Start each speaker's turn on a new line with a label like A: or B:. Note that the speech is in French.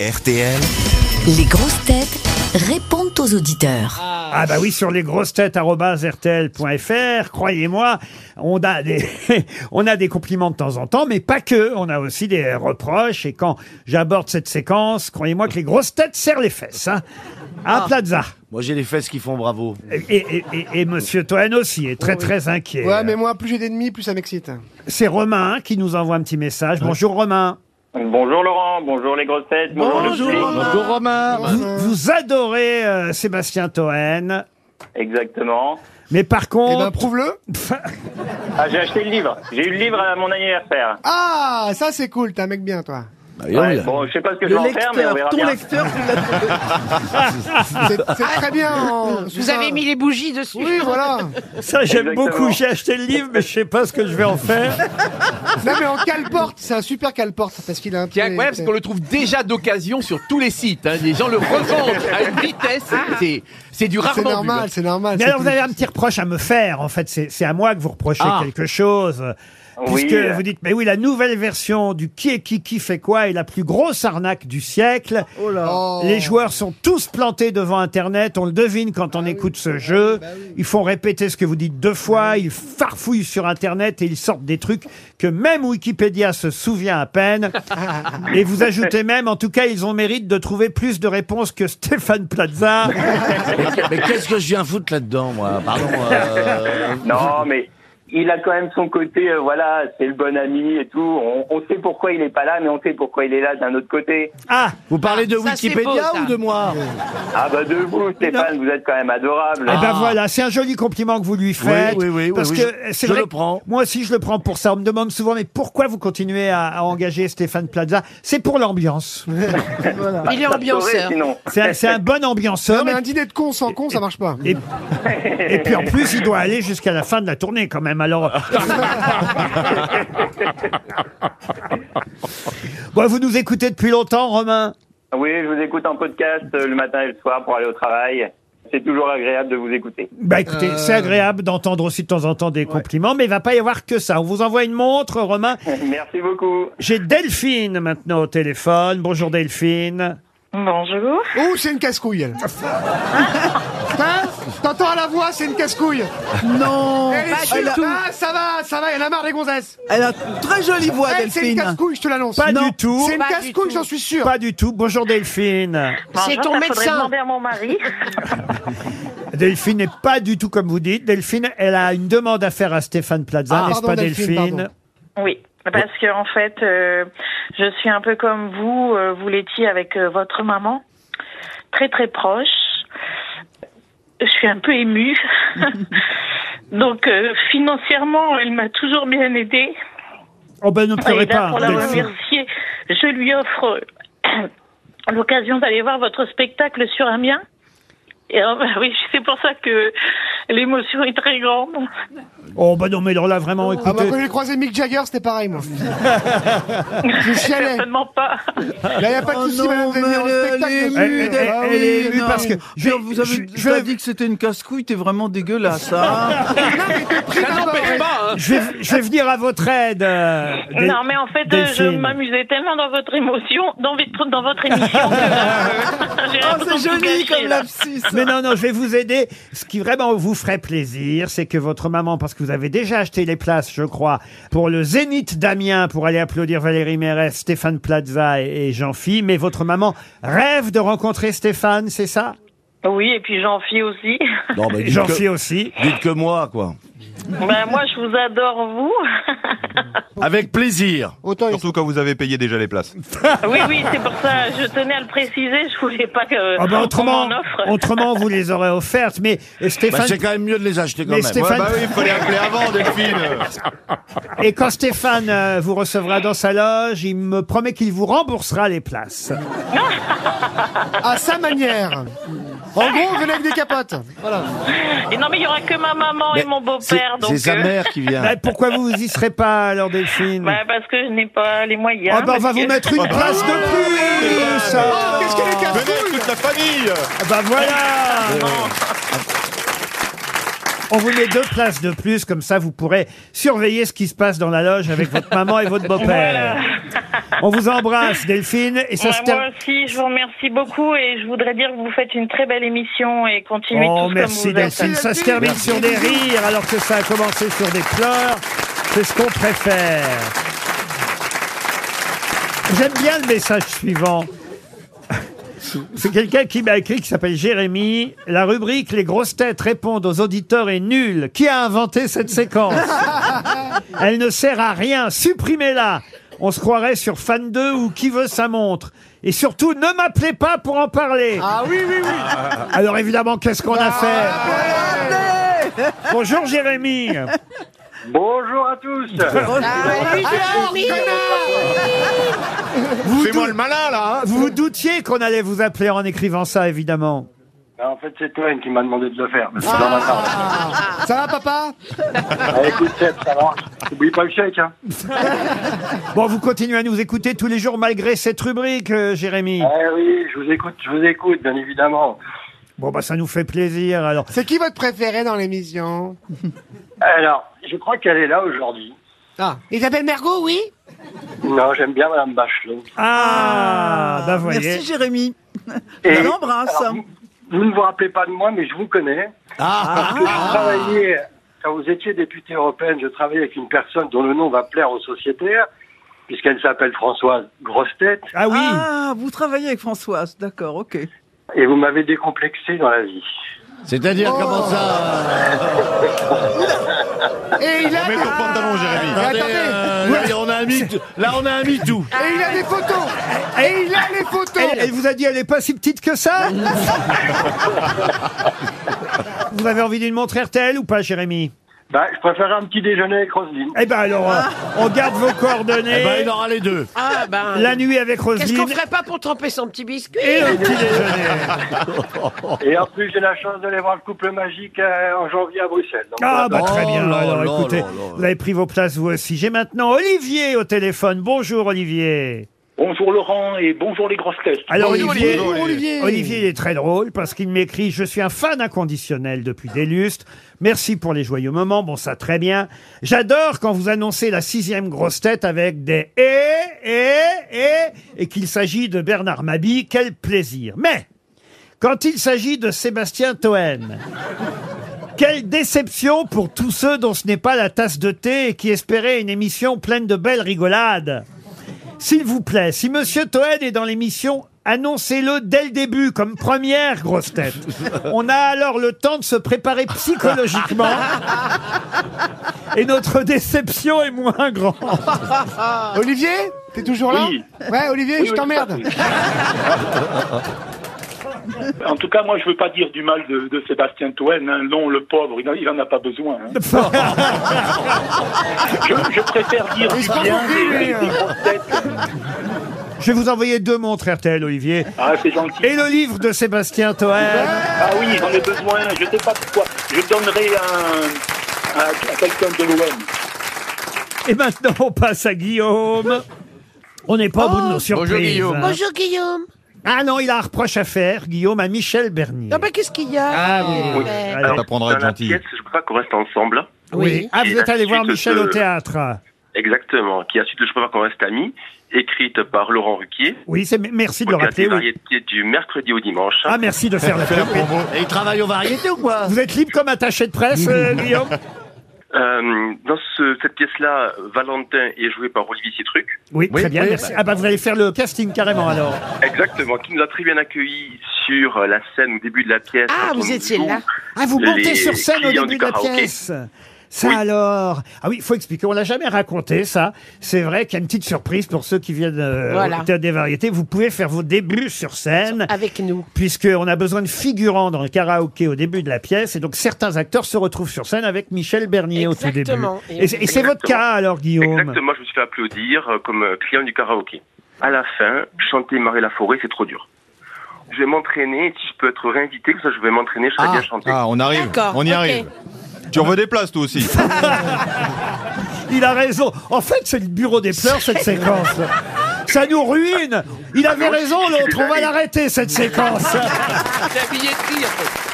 A: RTL.
B: Les grosses têtes répondent aux auditeurs.
C: Ah bah oui, sur les lesgrossetêtes.rtl.fr, croyez-moi, on a des on a des compliments de temps en temps, mais pas que, on a aussi des reproches et quand j'aborde cette séquence, croyez-moi que les grosses têtes serrent les fesses hein.
D: Ah.
C: À Plaza.
E: Moi, j'ai les fesses qui font bravo.
C: Et, et, et, et monsieur Toen aussi est très très inquiet.
F: euh,
D: Ouais, mais moi, plus j'ai d'ennemis, plus ça m'excite. Eh
C: C'est Romain qui nous envoie un petit message. Bonjour Romain.
G: Bonjour Laurent, bonjour les grosses têtes, bonjour, le public.
E: Bonjour Romain.
C: Vous, vous adorez euh, Sébastien Toen,
G: Exactement.
C: mais par
D: Eh ben,
C: contre,
D: prouve-le.
G: Ah, j'ai acheté le livre. J'ai eu le livre à mon anniversaire.
D: Ah, ça c'est cool, t'es un mec bien, toi.
E: Ah,
G: Ouais, bon, je sais pas ce que je vais en faire, mais on verra bien.
D: C'est c'est très bien. en-
H: Vous avez mis les bougies dessus.
D: Oui, voilà.
C: ça j'aime
G: Exactement.
C: beaucoup, j'ai acheté le livre mais je sais pas ce que je vais en faire.
D: Non, mais en cale-porte, c'est un super cale-porte parce qu'il a un.
F: C'est
D: petit-
F: incroyable parce qu'on le trouve déjà d'occasion sur tous les sites. hein. Les gens le revendent à une vitesse. C'est, c'est du
D: C'est
F: rarement vu.
D: normal, c'est normal.
C: Mais
D: Ah, c'est
C: alors, vous
D: tout.
C: avez un petit reproche à me faire, en fait. C'est c'est à moi que vous reprochez
F: Ah.
C: quelque chose. euh,
G: Oui.
C: Puisque vous dites, mais oui, la nouvelle version du qui est qui qui fait quoi est la plus grosse arnaque du siècle.
D: Oh.
C: Les joueurs sont tous plantés devant Internet. On le devine quand on écoute ce jeu. Ils font répéter ce que vous dites deux fois. Ils farfouillent sur Internet et ils sortent des trucs que même Wikipédia se souvient à peine. et vous ajoutez même, en tout cas, ils ont mérite de trouver plus de réponses que Stéphane Plaza.
E: Mais qu'est-ce que je viens foutre là-dedans, moi Pardon. euh,
G: Non, mais il a quand même son côté, euh, voilà, c'est le bon ami et tout. On, on sait pourquoi il est pas là, mais on sait pourquoi il est là d'un autre côté.
C: Ah!
E: Vous parlez de
H: Ça, c'est beau,
E: Wikipédia
H: ça.
E: ou de moi
G: Ah bah de vous, Stéphane, vous êtes quand même adorable.
C: Eh ben voilà, c'est un joli compliment que vous lui faites.
E: Ah. Oui, oui, oui, oui,
C: parce
E: oui,
C: que
E: je-
C: c'est
E: je
C: vrai
E: le
C: que
E: prends.
C: Moi aussi, je le prends pour ça. On me demande souvent, mais pourquoi vous continuez à, à engager Stéphane Plaza C'est pour l'ambiance.
H: Il est
G: Ah, Ça te saurait,
H: ambianceur.
G: sinon.
C: C'est un, c'est un bon
D: Non,
C: ambianceur.
D: mais un dîner de con sans con, ça marche pas.
C: Et, et puis en plus, il doit aller jusqu'à la fin de la tournée quand même. Alors, bon, vous nous écoutez depuis longtemps, Romain.
G: Oui, je vous écoute en podcast euh, le matin et le soir pour aller au travail. C'est toujours agréable de vous écouter.
C: Bah écoutez,
D: Euh.
C: c'est agréable d'entendre aussi de temps en temps des compliments, mais il va pas y avoir que ça. On vous envoie une montre, Romain.
G: Merci beaucoup.
C: J'ai Delphine maintenant au téléphone. Bonjour Delphine.
I: Bonjour.
D: Oh, c'est une casse-couille, elle. Hein T'entends à la voix, c'est une casse-couille.
J: Non,
D: Elle est
J: pas du
D: sûre.
J: tout.
D: Ah, ça va, ça va, elle a marre des gonzesses.
J: Elle a une très jolie voix,
D: Elle, c'est une
J: Delphine.
D: casse-couille, je te l'annonce.
C: Pas du tout.
D: C'est une
H: Pas du
D: casse-couille,
H: tout.
D: j'en suis sûr.
C: Pas du tout. Bonjour Delphine.
H: C'est
I: Bonjour,
H: ton
I: ça faudrait
H: médecin.
I: demander à mon mari.
C: Delphine n'est pas du tout comme vous dites. Delphine, elle a une demande à faire à Stéphane Plaza,
D: Ah,
C: n'est-ce
D: pardon,
C: pas
D: Delphine,
C: Delphine,
D: pardon.
I: Oui, parce que en fait, euh, je suis un peu comme vous, euh, vous l'étiez avec euh, votre maman, très très proche. Je suis un peu émue. Donc euh, financièrement, elle m'a toujours bien aidée.
C: Oh ben
D: Ah,
C: ne pleurez
I: Et là,
C: pas,
I: pour la
C: Delphine.
I: remercier, je lui offre l'occasion d'aller voir votre spectacle sur Amiens. Et euh, bah oui, c'est pour ça que l'émotion est très grande.
C: Oh ben non, mais alors là vraiment,
D: Ah, bah,
C: écoutez.
D: quand j'ai croisé Mick Jagger, c'était pareil, moi. je chialais.
I: Certainement pas.
D: Là, y a
F: hein.
D: pas de
J: Oh
D: souci,
J: non,
D: madame, vous allez venir
J: mais
D: en
J: elle-
D: spectacle.
J: elle est
C: Elle-
J: émue,
C: elle-
J: Delphine.
C: elle est émue
J: Non.
C: parce que- je-
J: Pierre, vous avez
C: je- je-
J: t'as dit que c'était une casse-couille, t'es vraiment dégueulasse. hein.
F: Ça n'empêche pas. hein.
C: Je vais, je vais venir à votre aide. euh, Del-
I: Non, mais en fait, euh, je
C: Delphine.
I: m'amusais tellement dans votre émotion, dans votre, dans votre émission. que, euh, j'ai
J: Oh,
I: l'impression
J: c'est
I: de tout
J: joli
I: gâcher,
J: comme
I: là.
J: lapsus.
C: Mais non, non, je vais vous aider. Ce qui vraiment vous ferait plaisir, c'est que votre maman, parce que vous avez déjà acheté les places, je crois, pour le Zénith d'Amiens, pour aller applaudir Valérie Mérès, Stéphane Plaza et, et jean phi mais votre maman rêve de rencontrer Stéphane, c'est ça
I: Oui, et puis j'en fie aussi.
E: Non, mais dites
C: jean
E: que,
C: phi aussi.
E: dites que moi, quoi.
I: ben, moi, je vous adore, vous.
E: Avec plaisir.
D: Autant il-
K: Surtout quand vous avez payé déjà les places.
I: oui, oui, c'est pour ça, je tenais à le préciser, je voulais pas que.
C: Ah bah,
I: qu'on
C: autrement,
I: m'en offre.
C: autrement, vous les aurez offertes, mais
E: Bah,
C: Stéphane...
E: c'est quand même mieux de les acheter quand
C: mais
E: même.
C: Stéphane-
K: bah oui, il fallait appeler avant, Delphine.
C: et quand Stéphane euh, vous recevra dans sa loge, il me promet qu'il vous remboursera les places.
D: à sa manière. En gros, relève des capotes. Voilà.
I: Et non, mais il y aura que ma maman et
E: Mais
I: mon
E: C'est,
I: beau-père, donc.
E: c'est sa
I: euh,
E: mère qui vient.
C: Bah, pourquoi vous y serez pas, alors, Delphine
I: bah, parce que je n'ai pas les moyens.
C: Ah bah, on va
I: parce
C: vous
I: que- Oh, bah,
C: mettre une place de plus
D: Oh, qu'est-ce qu'elle est casse
I: bah,
C: bah,
K: Venez toute la famille
C: Ah bah voilà
E: Euh,
C: On vous met deux places de plus, comme ça vous pourrez surveiller ce qui se passe dans la loge avec votre maman et votre beau-père. On vous embrasse, Delphine. Et ça
I: Ouais,
C: se termine.
I: moi aussi, je vous remercie beaucoup et je voudrais dire que vous faites une très belle émission et continuez
C: Oh,
I: tous
C: merci
I: comme vous êtes.
C: Delphine. Ça se termine sur des rires alors que ça a commencé sur des pleurs. C'est ce qu'on préfère. J'aime bien le message suivant. C'est quelqu'un qui m'a écrit qui s'appelle Jérémy. La rubrique Les grosses têtes répondent aux auditeurs est nulle. Qui a inventé cette séquence Elle ne sert à rien. Supprimez-la. On se croirait sur Fan 2 ou Qui veut sa montre. Et surtout, ne m'appelez pas pour en parler.
D: Ah oui, oui, oui.
C: Alors évidemment, qu'est-ce qu'on a fait Bonjour Jérémy.
G: Bonjour à tous.
C: Vous
K: Fais-moi
C: dou-
K: le malin, là hein.
C: Vous vous doutiez qu'on allait vous appeler en écrivant ça, évidemment.
A: Ah,
G: En fait, c'est Toen qui m'a demandé de le faire. parce que dans ma part.
D: Ça va, papa
G: Ah, écoute, Seb, ça va. Oublie pas le chèque. Hein.
C: Bon, vous continuez à nous écouter tous les jours malgré cette rubrique, euh, Jérémy.
G: Ah oui, je vous écoute, je vous écoute, bien évidemment.
C: Bon, bah ça nous fait plaisir. Alors,
D: C'est qui votre préféré dans l'émission
G: Alors, je crois qu'elle est là aujourd'hui.
D: Ah, Isabelle Mergot, oui
G: Non, j'aime bien Madame Bachelot.
C: ah, bah voyez.
J: Merci Jérémy.
G: Et-
J: On l'embrasse.
G: alors, vous, vous ne vous rappelez pas de moi, mais je vous connais. Parce que je travaillais, quand vous étiez députée européenne, je travaillais avec une personne dont le nom va plaire aux sociétaires, puisqu'elle s'appelle Françoise Grosse-Tête,
C: Ah oui.
J: Ah, vous travaillez avec Françoise, d'accord, ok.
G: et vous m'avez décomplexé dans la vie.
E: C'est-à-dire comment ça
D: Et il a,
K: Mets ton pantalon, Jérémy.
D: attendez.
E: Attendez, euh, on a un mi- Là, on a un MeToo.
D: et il a des photos Et il a les
C: Elle, elle
D: photos
C: vous a dit elle est pas si petite que ça Vous avez envie d'une montre RTL ou pas, Jérémy
G: Bah, je préfère un petit déjeuner avec Roselyne.
C: Eh ben alors, euh, on garde vos coordonnées.
E: Eh ben, il aura les deux.
H: Ah, ben.
C: La nuit avec
H: Qu'est-ce qu'on
C: Roselyne
H: ferait pas pour tremper son petit biscuit
C: et le petit déjeuner.
G: Et en plus, j'ai la chance d'aller voir le couple magique euh, en janvier à Bruxelles. Donc,
C: Ah bah
G: voilà.
C: très bien.
E: Oh là
C: Alors
E: là
C: écoutez,
E: là là.
C: vous avez pris vos places vous aussi. J'ai maintenant Olivier au téléphone. Bonjour Olivier.
A: Bonjour Laurent et bonjour les grosses têtes.
C: Alors Olivier,
K: Bonjour, Olivier.
C: Olivier il est très drôle parce qu'il m'écrit je suis un fan inconditionnel depuis des lustres. Merci pour les joyeux moments. Bon ça très bien. J'adore quand vous annoncez la sixième grosse tête avec des et et et et qu'il s'agit de Bernard Mabi. Quel plaisir. Mais quand il s'agit de Sébastien Toen. Quelle déception pour tous ceux dont ce n'est pas la tasse de thé et qui espéraient une émission pleine de belles rigolades. S'il vous plaît, si Monsieur Toen est dans l'émission, annoncez-le dès le début comme première grosse tête. On a alors le temps de se préparer psychologiquement et notre déception est moins grande.
D: Olivier T'es toujours là
A: Oui.
D: Ouais, Olivier,
A: Oui,
D: je
A: oui,
D: t'emmerde
A: tout à fait. en tout cas, moi, je veux pas dire du mal de, de Sébastien Toen. hein. Non, le pauvre, il en- il en a pas besoin. hein. je, je préfère dire
D: Il
A: du
D: se prend
A: bien
D: pour qui,
A: des,
D: lui,
A: des- des grosses têtes.
C: Je vais vous envoyer deux montres RTL, Olivier.
A: Ah, c'est gentil.
C: Et le livre de Sébastien Toen.
A: Ah oui, j'en ai besoin. Je sais pas pourquoi. Je donnerai un, à, à quelqu'un de l'OM.
C: Et maintenant, on passe à Guillaume. On n'est pas au bout de nos surprises.
F: Guillaume.
C: hein.
H: Bonjour Guillaume.
C: Ah non, il a un reproche à faire, Guillaume, à Michel Bernier.
H: Non, mais qu'est-ce qu'il y a
C: Ah oui.
H: oui.
C: Alors,
K: T'apprendras à être gentil.
A: je crois qu'on reste ensemble.
C: oui. Ah, vous êtes allé voir Michel au théâtre.
A: Exactement. Qui a suite de Je préfère qu'on reste amis, écrite par Laurent Ruquier.
C: Oui, c'est merci de le rappeler. oui.
A: du mercredi au dimanche.
C: Ah, merci de faire la pub.
E: Et il travaille aux variétés ou quoi
C: Vous êtes libre comme attaché de presse, euh, Guillaume
A: Euh, dans ce- cette pièce-là, Valentin est joué par Olivier Citruc.
C: oui,
E: Oui,
C: très bien,
E: oui.
C: merci. Ah bah vous allez faire le casting carrément alors.
A: Exactement, qui nous a très bien accueillis sur euh, la scène au début de la pièce.
H: Ah,
A: quand
H: vous
A: on
H: étiez
A: joue.
H: là.
C: Ah, vous montez
A: Les
C: sur scène au
A: clients
C: début
A: du
C: de la
A: karaoké.
C: pièce. Ça
A: Oui.
C: alors Ah oui, il faut expliquer, on l'a jamais raconté ça. C'est vrai qu'il y a une petite surprise pour ceux qui viennent euh,
H: Voilà.
C: au Théâtre des variétés. Vous pouvez faire vos débuts sur scène.
H: Avec nous.
C: puisqu'on a besoin de figurants dans le karaoké au début de la pièce, et donc certains acteurs se retrouvent sur scène avec Michel Bernier
H: Exactement.
C: au tout début. Et, c'est- et c'est votre cas alors, Guillaume
A: Exactement, je me suis fait applaudir euh, comme euh, client du karaoké. À la fin, chanter Marie Laforêt, c'est trop dur. Je vais m'entraîner, et si je peux être réinvité, comme ça je vais m'entraîner, je serai bien chanté.
K: Ah, on arrive.
H: D'accord,
K: On y
H: ok.
K: arrive. Tu en veux des places, toi aussi
C: Il a raison. En fait, c'est le bureau des pleurs, cette séquence. Ça nous ruine. Il avait raison, l'autre. On va l'arrêter, cette séquence.
H: Ah,
F: C'est un billet de prix, en fait.